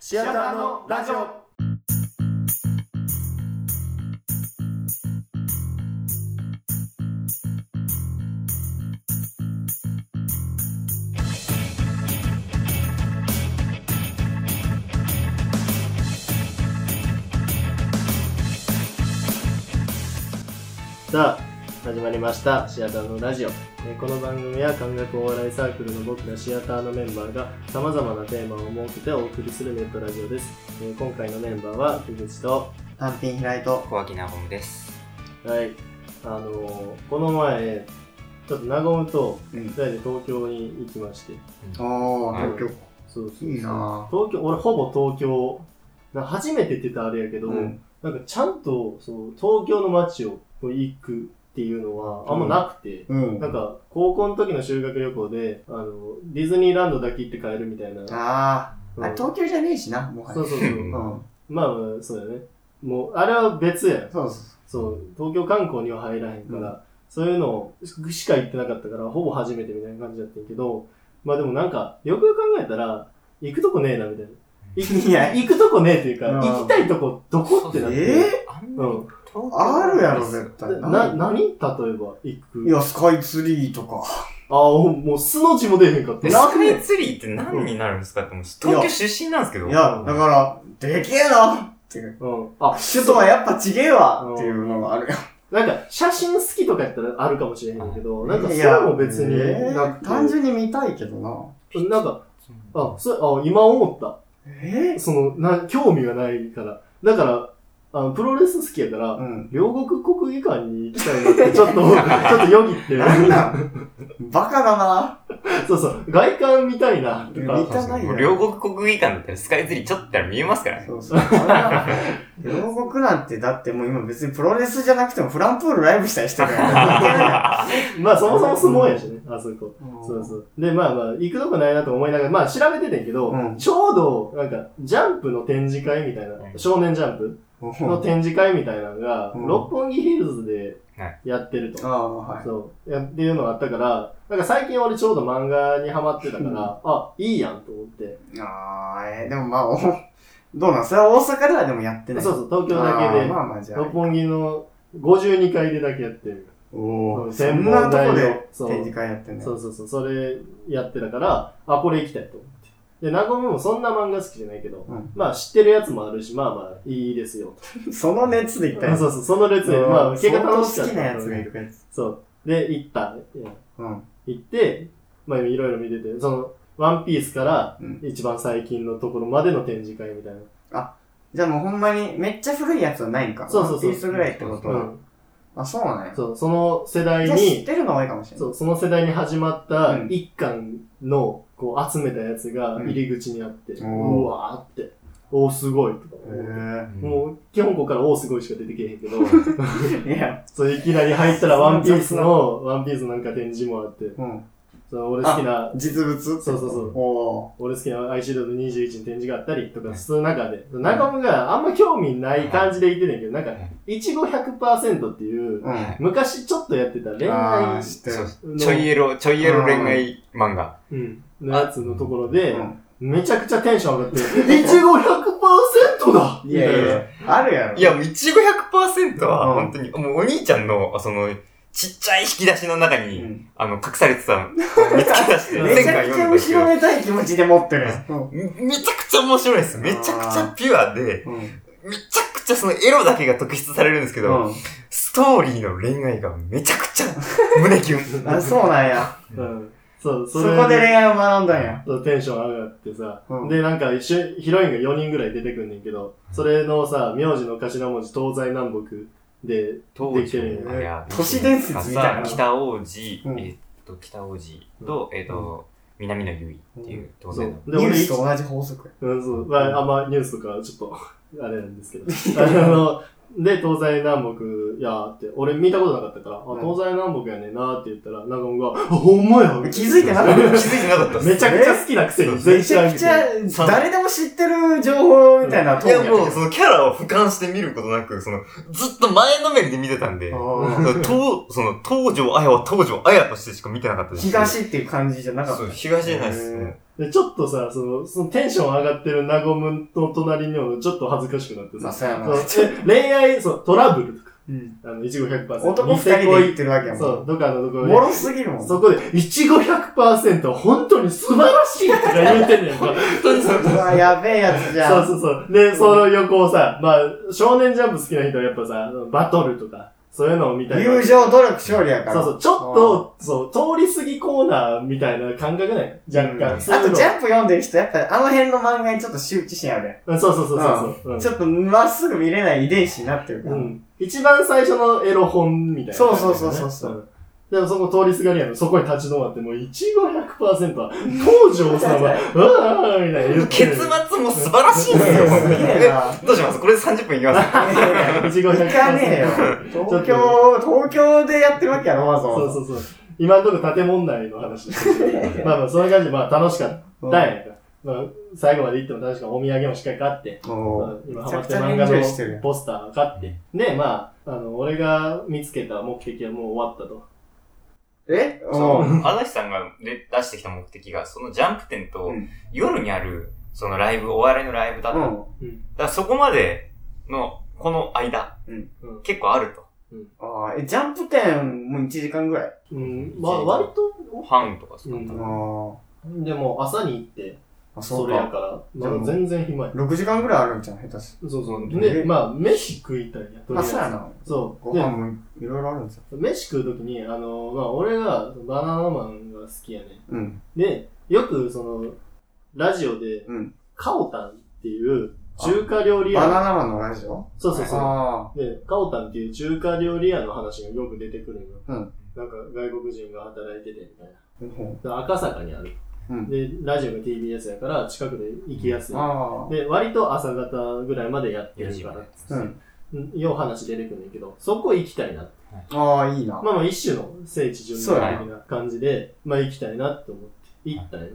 シアターのラジオさあ始まりましたシアターのラジオえーこの番組は感覚お笑いサークルの僕らシアターのメンバーがさまざまなテーマを設けてお送りするネットラジオです、えー今回のメンバーは樋口と単品開いと小脇なごむです。はいあのーこの前ちょっと和むとうん2人で東京に行きましておはいー東そうそ京ういいな東京俺ほぼ東京な初めてって言ったらあれやけぁど、なんかちゃんとその東京の街を行くっていうのはあんまなくて、うんなんか、高校の時の修学旅行で、あの、ディズニーランドだけ行って帰るみたいな。あうーんあれ東京じゃねえしなもはやそうそうそうう。んまあまあ、そうだよね。もう、あれは別やん。そうそうそう、東京観光には入らへんから、うそういうのをしか行ってなかったから、ほぼ初めてみたいな感じだったんやけど、まあでもなんか、よくよく考えたら、行くとこねえな、みたいな。行くいや行くとこねえっていうか、うん行きたいとこどこってなって。えあんうまりん。東京あるやろ絶対な、何例えば行いく。やスカイツリーとかああ、もう素の字も出へんかった。えスなんカイツリーって何になるんですかって思うし、東京出身なんですけど。いやだからでけえなっていううん。あ、首都はやっぱちげえわっていうのがあるやんなんか、写真好きとかやったらあるかもしれへんけど、なんかそいれやも別にえーなくて、単純に見たいけどななんか、あ、そう、あ、今思った。えその、な、興味がないから。だから、あの、プロレス好きやから、うん両国国技館に行きたいな って、ちょっと、ちょっとよぎってる。なんなんバカだなそうそう、外観見たいな、と見か。たないもよう両国国技館だったらスカイツリーちょっとったら見えますからね。そうそう。両国なんて、だってもう今別にプロレスじゃなくてもフランプールライブしたりしてるから。まあ、そもそも相撲やしね、あそこ。そうそう。で、まあまあ、行くとこないなと思いながら、まあ、調べててんけど、うんちょうど、なんか、ジャンプの展示会みたいな、少年ジャンプうんの展示会みたいなのが、うん六本木ヒルズでやってると。ああ、はい。そう。やっていうのがあったから、なんか最近俺ちょうど漫画にハマってたから、うんあ、いいやんと思って。ああ、えーでもまあ、おどうなんそれは大阪ではでもやってない。そうう、そう、東京だけで、まあまあじゃあ六。本木の52階でだけやってる。おお、そ専ん門なとこ大のでそう展示会やってんね。そうそうそう、それやってたから、あ、これ行きたいと思って。で、ナゴムもそんな漫画好きじゃないけど、うんまあ知ってるやつもあるし、まあまあいいですよ。その熱で行ったやつ。そうそう、その列で、うんまあ結果楽しかっ相当好たきなやつが行くやつ。そう。で、行った。いやうん。行って、まあいろいろ見てて、その、ワンピースからうん一番最近のところまでの展示会みたいな。じゃあもうほんまに、めっちゃ古いやつはないんか。そうそうそうワンピースぐらいってことうは。ん。あ、そうなんや。そう、その世代じゃあ知っに、てるの多いかもしれなそ、いうその世代に始まったうん一巻の、こう集めたやつが入り口にあって、ううんわーって、おーすごいとか思って。へもう、基本ここからおーすごいしか出てけえへんけ ど、え。いや、そう、いきなり入ったらワンピー スの、ワンピースなんか展示もあって、うん。その俺好きな、実物そうそうそうお俺好きなアイシールド21に展示があったりとかする中で、中村があんま興味ない感じで言ってたんやけど、なんかい、いちご100%っていう、ー。うん。はい昔ちょっとやってた恋あ愛ー、知ってそるう。そうちょいエロ、ちょいエロ恋愛漫画。うんのやつのところうで、んめちゃくちゃテンション上がって、いちご100%だいやいや、あるやろ。いや、もう一五百パーセントは、うん本当に、もうお兄ちゃんの、あその、ちっちゃい引き出しの中うに、んあの、隠されてた の、見つけ出して、めちゃ前回くちゃ読んだんですけ後どろめたい気持ちで持ってる。うん。めめちゃくちゃ面白いです。めちゃくちゃピュアで、うん。めちゃくちゃそのエロだけが特筆されるんですけど、うストーリーの恋愛がめちゃくちゃ胸キュン。 ん。あ、そうなんや。うん。そう、それこで恋愛を学んだんや。そうテンション上がってさ、うんで、なんか一緒にヒロインが4人ぐらい出てくんねんけど、それのさ、名字の頭文字、東西南北で、当できて時るよねあれや都市伝説みたいな北王子、うんえーっと、北王子と、えーっと、南野結衣っていう、当そ然うの。。で、ニュー俺スと同じ法則や。うん、そう。まあ、あんまニュースとか、ちょっと、あれなんですけど。 あの、で、東西南北、いやーって、俺見たことなかったから、あ、うん東西南北やねんなーって言ったら、なんか僕が、あ、ほんまや気づいてなかっ気づいてなかったたっすめちゃくちゃ好きなくせに、た。めちゃくくちゃ、誰でも知ってる情報みたいなトいーやンやったもうそのキャラを俯瞰して見ることなく、そのずっと前のめりで見てたんで、あーとその東条綾は東条綾としてしか見てなかったです。東っていう感じじゃなかっそう、東じゃないです。へーもうで、ちょっとさ、その、そのテンション上がってるナゴムの隣にもちょっと恥ずかしくなってまあ、さ、そうやな。そうえ恋愛、そう、トラブルとか、うん。あの、いちご100%。男二人で言ってるわけやもん。そう、どかのところでもろすぎるもん。そこで、いちご100%本当に素晴らしいとか言うてんねんか。うわ、やべえやつじゃそん。うそうそう。で、その横をさ、まあ、少年ジャンプ好きな人はやっぱさ、バトルとか、そういうのを見たい。友情、努力、勝利やから。そうそう、ちょっと、そう、通り過ぎコーナーみたいな感覚ね。若干。うんそういあうのと、ジャンプ読んでる人、やっぱあの辺の漫画にちょっと羞恥心あるやん。そうそうそうそうそう。うんちょっとまっすぐ見れない遺伝子になってるから。うん。一番最初のエロ本みたいな、そうそうそうそうそうんでもそこ通りすがりやの、そこに立ち止まって、もういちご100%は、東条 様、うわーみたいな言ってる。結末も素晴らしいんですよ。すげえな。どうしますこれで30分いきますいちご100%。行かねえよ。東京、東京でやってるわけやろ、わざわざ。そうそうそう。今のところ建物内の 話ですけどまあまあ、そういう感じで、まあ楽しかったんやから。まあ、最後まで行っても確かお土産もしっかり買って、まおあー今ハめちマゃっくてちるゃ漫エンジョイして画るのポスター買って、で、まあ、あの、俺が見つけた目的はもう終わったと。やん。えおーそう、足立さんがで出してきた目的が、そのジャンプ店と、うん夜にある、そのライブ、お笑いのライブだった。うだかん。らそこまでの、この間、うんうん結構あると。あーえ、ジャンプ店も1時間ぐらい。うん、まあ割と、半とかそうう。あんーでも朝に行って、あ、そそうれやか。から、まあ全然暇や。 6時間ぐらいあるんじゃん、下手すそうそう。うんで、まあ飯食いたいや、とりある。あ、えずそうやな。そごう。で飯もいろいろあるんですよ。飯食うときに、あの、まあ、俺が、バナナマンが好きやね。うん。で、よく、その、ラジオで、うんカオタンっていう、中華料理バ屋、ナナマンのラジオそうそうそあう。で、カオタンっていう中華料理屋の話がよく出てくるのよ。うんなんか、外国人が働いてて、みたいあ。うんな。赤坂にある。うんで、ラジオが TBS やから、近くで行きやすい。あで、割と朝方ぐらいまでやってるから、あ。うん。うん、よう話出てくるんだけど、そこ行きたいなってああ、いいな。まあまあ一種の聖地巡礼的な感じで、まあ行きたいなって思って、行ったんよ。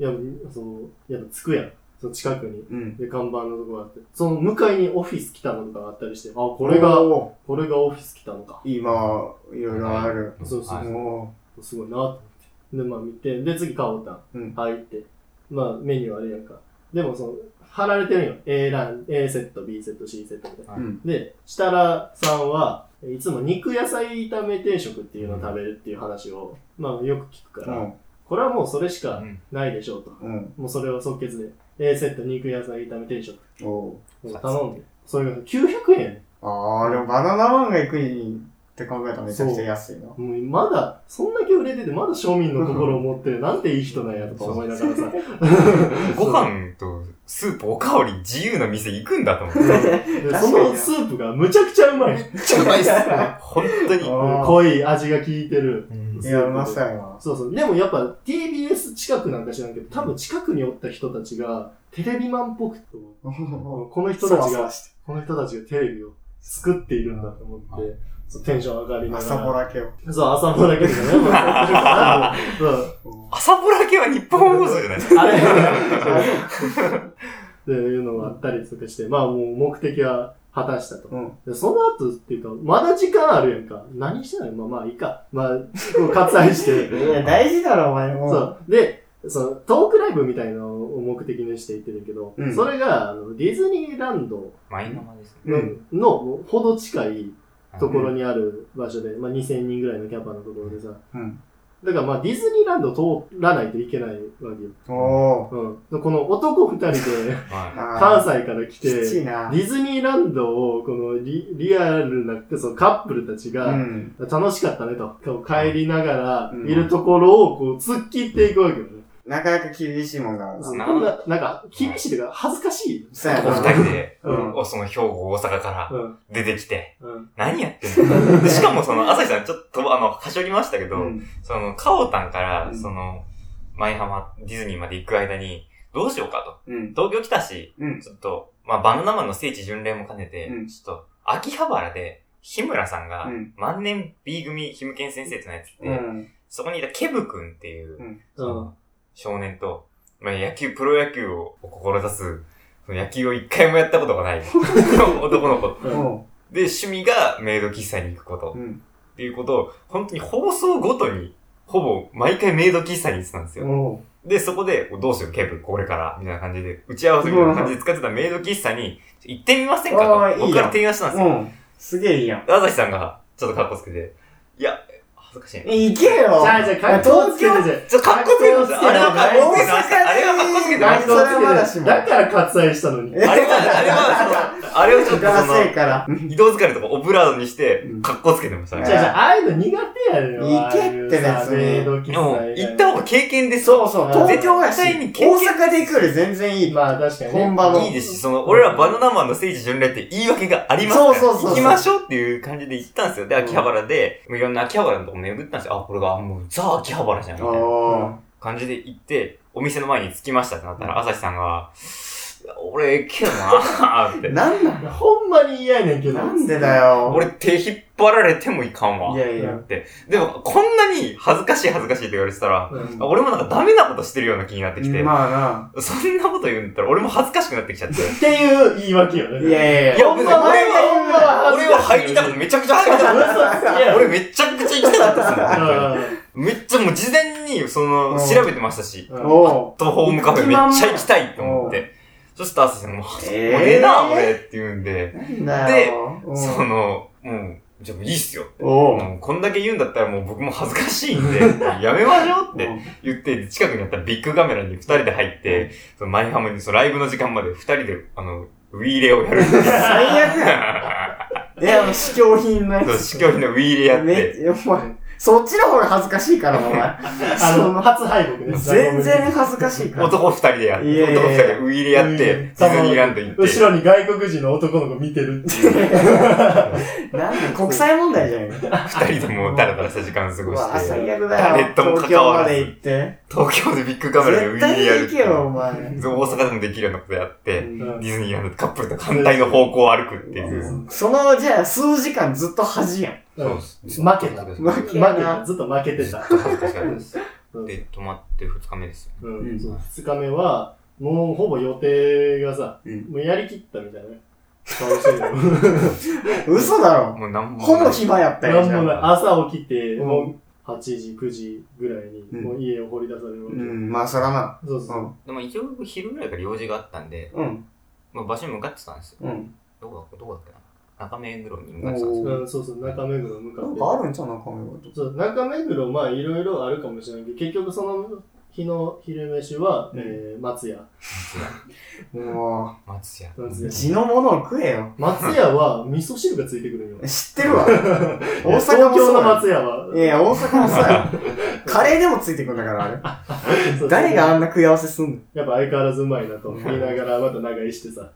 いや、その、やっぱ着くやん。その近くに。うん。で、看板のとこがあって。その向かいにオフィス来たのとかがあったりして、あ、これが、おこれがオフィス来たのか。ー今、いろいろある。そうそうはいもすごいなと思って。で、まあ見て、で、次買おうたうんん。入って。まあメニューあれやんか。でもその、貼られてるんよ。A ラン、A セット、B セット、C セットみたいな。う、うん。で、設楽さんは、いつも肉野菜炒め定食っていうのを食べるっていう話を、まあよく聞くうから、ん。これはもうそれしうかんないでしょうと。うん。もうそれを即決で。A セット肉野菜炒め定食おーを頼んで。それが900円やねああ、でもバナナマンが行くにって考えたらめちゃくちゃ安いな。もうまだ、そんだけ売れててまだ庶民の心を持ってる。なんていい人なんやとか思いながらさ。ご飯とスープおかわり自由な店行くんだと思って。で確かそになのスープがむちゃくちゃうまい。めっちゃうまいっすね。 本当に。あー濃い味が効いてる。いや、うまそうやな。 そうそう。でもやっぱ TBS 近くなんか知らんけど、多分近くにおった人たちが、テレビマンっぽくと、この人そたわちそがわ、して。この人たちがテレビを作っているんだと思って、そうテンション上がりな朝がぼら。らけを。そう、朝ぼらけどね。 もうそう朝ぼらけは日本放送じゃないですか。あれっていうのがあったりとかして、まあもう目的は果たしたと。うんでその後っていうか、まだ時間あるやんか。何してないまあまあいいか。まあ、こう割愛 して。いや、大事だろ、お前も。そう。で、そのトークライブみたいのを目的にしていってるけど、うんそれがあのディズニーランドマイナマですね。うの,、ん。のほど近いところに。にある場所で、まあ、2000人ぐらいのキャパのところでさ、うん。だからまあディズニーランド通らないといけないわけよ。おー。うん。この男二人では関 あ西から来ーて、きつデいな。ィズニーランドをこのリリアルな、そのカップルたちうが、ん。楽しかったねと、こう帰りながら、うんいるところをこう突っ切っていくわけよね。なかなか厳しいもんがあるなそ。んな、なんか、厳しいというか、恥ずかしい。そうい。やおな。二人で、うんおその兵庫、大阪かうん。ら出てきて、うん。何やって んのでしかもその、朝日さんちょっと、あの、はしょりましたけど、うんその、カオタンかうら、んその、舞浜、ディズニーまで行く間に、どうしようかうん。と。東京来たし、うん。ちょっと、まあ、バナナマンの聖地巡礼も兼ねて、うんちょっと、秋葉原で、日村さんが、うん万年 B 組ひむけん先生ってのやつって、うん。そこにいたケブ君っていう、うんその少年と、まあ、野球、プロ野球を志す、その野球を一回もやったことがない 男の子。うん。おで、趣味がメイド喫茶に行くことう。うん。っていうことを、本当に放送ごとに、ほぼ毎回メイド喫茶に行ってたんですよ。おで、そこで、どうしよう、ケープ、これから、みたいな感じで、打ち合わせみたいな感じで使ってたメイド喫茶に、行ってみませんかあーいいと、やん僕から提案したんですよ。うん。すげえいいやん。朝日さんが、ちょっとカッコつけて、いや、恥ずかしいな。行けよじゃあじゃあ、かっこつけてじゃん。ちょっとカッコつけてました。あれはカッコつけてました。あれはカッコつけてまかし。ったこそれはまだつけしてもだから割愛したのに。あれは、あれは、その、あれをちょっとそせえの、から。移動疲れとかオブラードにしてうん、カッコつけてましたね。じゃあじゃあ、ああいうの苦手やねん。行けってああいうさ別にメイド喫でも茶以外行った方が経験ですそうそう、東京やし、絶対大に経験阪で行くより全然いい。まあ確かにね。本場のいいですし、その、俺らバナナマンの聖地巡礼って言い訳がありますから、そうそうそうそう行きましょうっていう感じで行ったんですよ。で、秋葉原で、いろんな秋葉原のとこ巡ったんですよ。あ、これが、あもう、ザ・秋葉原じゃん、みたいなお感じで行って、お店の前に着きましたってなったら、朝日さんが、いや俺、行けよなーっー。て。なんなんほんまに嫌やねんけど。なんでだよ。俺、手引っ張られてもいかんわ。いやいやって。でも、こんなに恥ずかしい恥ずかしいって言われてたら、うん。あ俺もなんかダメなことしてるような気になってきて、まあそんなこと言うんだったら俺も恥ずかしくなってきちゃって。っていう言い訳よな。ね。いやいやいいや、や。ほ俺んまはは、俺は入りたかっいた。めちゃくちゃ入りたかった。 俺めちゃくちゃ行きたかったっすね本当に。めっちゃもう事前に、その、うん調べてましたし、うん うんおう。とホームカフェめっちゃ行きたいと思って。そしたら朝日さんも、もうえええな、俺って言うんで、なんだよ。うんその、もう、じゃあもういいっすよ。おう。もうこんだけ言うんだったらもう僕も恥ずかしいんで、 やめましょうって言って、近くにあったビッグカメラに二人で入って、そのマイハムにそのライブの時間まで二人で、あの、ウィーレをやるっていう。最悪 やん。いや、もう試供品のやそう、つ。試供品のウィーレやっめて、っちゃ、お前、そっちの方が恥ずかしいから、お前。あの、初敗北です。全然恥ずかしいから。男二人でやっいて、やいや男いや二人でウィーレやって、ディズニーランド行って、後ろに外国人の男の子見てるっていう。なんで国際問題じゃん。二人でもうダラダラした時間過うごわ、して、最悪だよ。誰とも関わ東京まらずで行って。東京でビッグカメラでウィ絶ーレや対るっ行てけいうよ、お前。そう大阪でもできるようなことやって、うんディズニーランドでカップルと反対の方向を歩くっていう。うんその、じゃあ、数時間ずっと恥やん。うんです負けたずっ負負けけやた。な。ずっと負けてた。と恥ずかしかったです。うんで、泊まって二日目ですよ。う。うんんそう二日目は、もうほぼ予定がさ、うんもうやりきったみたいな顔してるよ。嘘だろ。もう何も。ほぼ暇やったよ、なんじゃもあ。ない。朝起きて、うんもう8時、9時ぐらいに、うんもう家を掘り出されるわけ。うん、まあ、そらな。そうそうう。ん。でも一応昼ぐらいから用事があったんで、うん。まあ、場所に向かってたんですうよ。ん。どこだどこだっけな中目黒に向かってたんですよ。おうーん、そうそう、中目黒向かなんっかあるんちゃうな、カメラと。て。そう、中目黒、まあ、いろいろあるかもしれないけど、結局その日の昼飯は、うんえー、松屋。も松屋。松う、屋。地のものを食えよ。松屋は味噌汁がついてくるんよ。知ってる わ。大阪も東そう京のや松屋は。いやいや、大阪もそう や。カレーでもついてくんだから、あそれ。う誰があんな食い合わせすんのやっぱ相変わらずうまいなと言いながら、また長居してさ、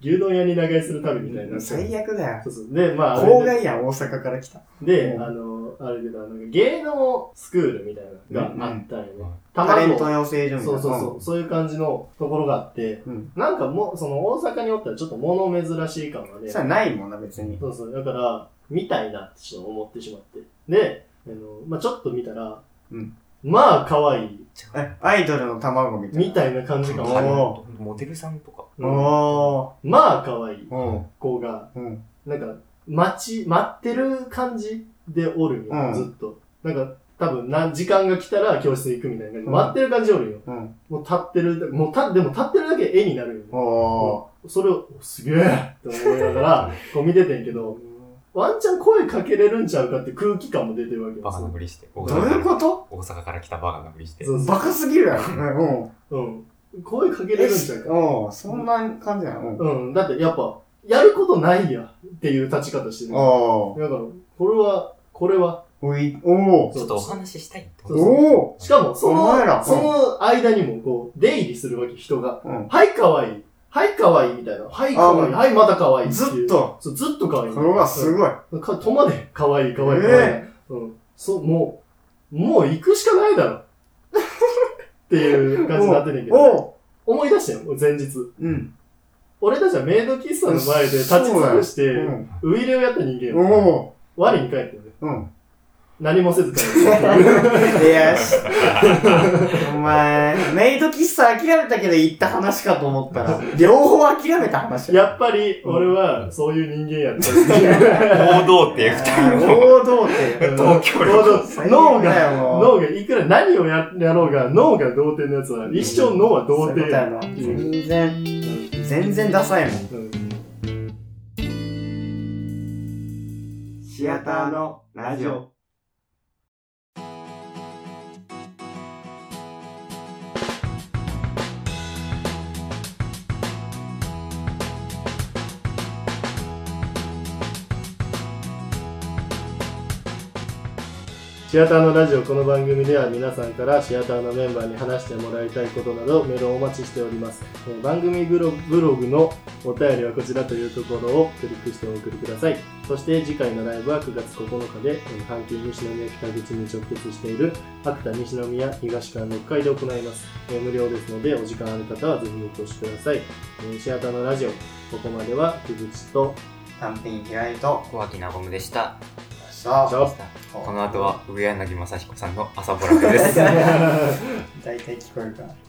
牛丼屋に長居する旅みたいにな。最悪。悪だよ。そうそう。で、まあ、あれで郊外やん、大阪から来た。で、うんあの、あれでな、なんか芸能スクールみたいなのがあったんよね。うんたタまレンにト養成所みたいそうな。そうそう、そういう感じのところがあって、うんなんかもう、その大阪におったらちょっと物珍しい感がうね、ん。それはないもんな、別に。そうそう、だから、見たいなってちょっと思ってしまって。で、あの、まあちょっと見たら、うんまあ可愛い、え、アイドルの卵みたいな。みたいな感じかうも。んモデルさんとか。うんおまあ可愛いー。うん。子が、うん。なんか、待ち、待ってる感じでおるんよ、うんずっと。なんか、多分、なん、時間が来たら教室行くみたいな感じで、うん待ってる感じでおるんよ。うん。もう立ってる、もうた、でも立ってるだけ絵になるんよね。おそれを、すげえって思いながら、こう見ててんけど、ー。ワンチャン声かけれるんちゃうかって空気感も出てるわけでバカすなよふりして。どういうこと大阪から来たバカなふりして。そうそバカすぎるやろ。うん。う。うん。声かけれえ、るんちゃうか。うん。そんな感じやん。うん。うん。だってやっぱ、やることないやっていう立ち方してる。だかおー。ら、これは、これは、おい、おー。ちょっとお話ししたいってそうそうおー。しかも、そお前らうの、んその間にも、こう、出入りするわけ、人が。うん。はい、かわいい。はい、かわいい、みたいな。はい、かわいい。あはい、またかわいい。ずっと。そう、ずっとかわいい。それはすごい。か、止まれ。かわいい、かわいい、かわいい。うん。そう、もう、もう行くしかないだろ。っていう感じになってんねんけど。 おー。思い出したよ、前日。うん。俺たちはメイド喫茶の前で立ち尽くして、うん。ウイイレをやった人間およ。ー。我に返ってね。うん。何もせず からです。いやし、お前、メイド喫茶諦めたけど行った話かと思った ら、両方諦めた話だ。やっぱり、俺は、そういう人間やったっていう。王道っていう二人の堂々って。東京行動力。脳最悪だが、よもう脳が、いくら何をややろうが、脳が童貞のやつは、一生脳は童そういうこと貞。やな。全然、全然ダサいもん。うんシアターのラジオ。シアターのラジオこの番組では皆さんからシアターのメンバーに話してもらいたいことなどメールをお待ちしておりますえー番組ブロブログのお便りはこちらというところをクリックしてお送りくださいそして次回のライブは9月9日でえー阪急西宮北口に直結している秋田西宮東館6階で行いますえー無料ですのでお時間ある方はぜひお越しくださいえーシアターのラジオここまでは木口と単品平井と、小脇なごむでした。さあ、 この後は上柳正彦さんの朝ぼらくです。大体聞こえるから。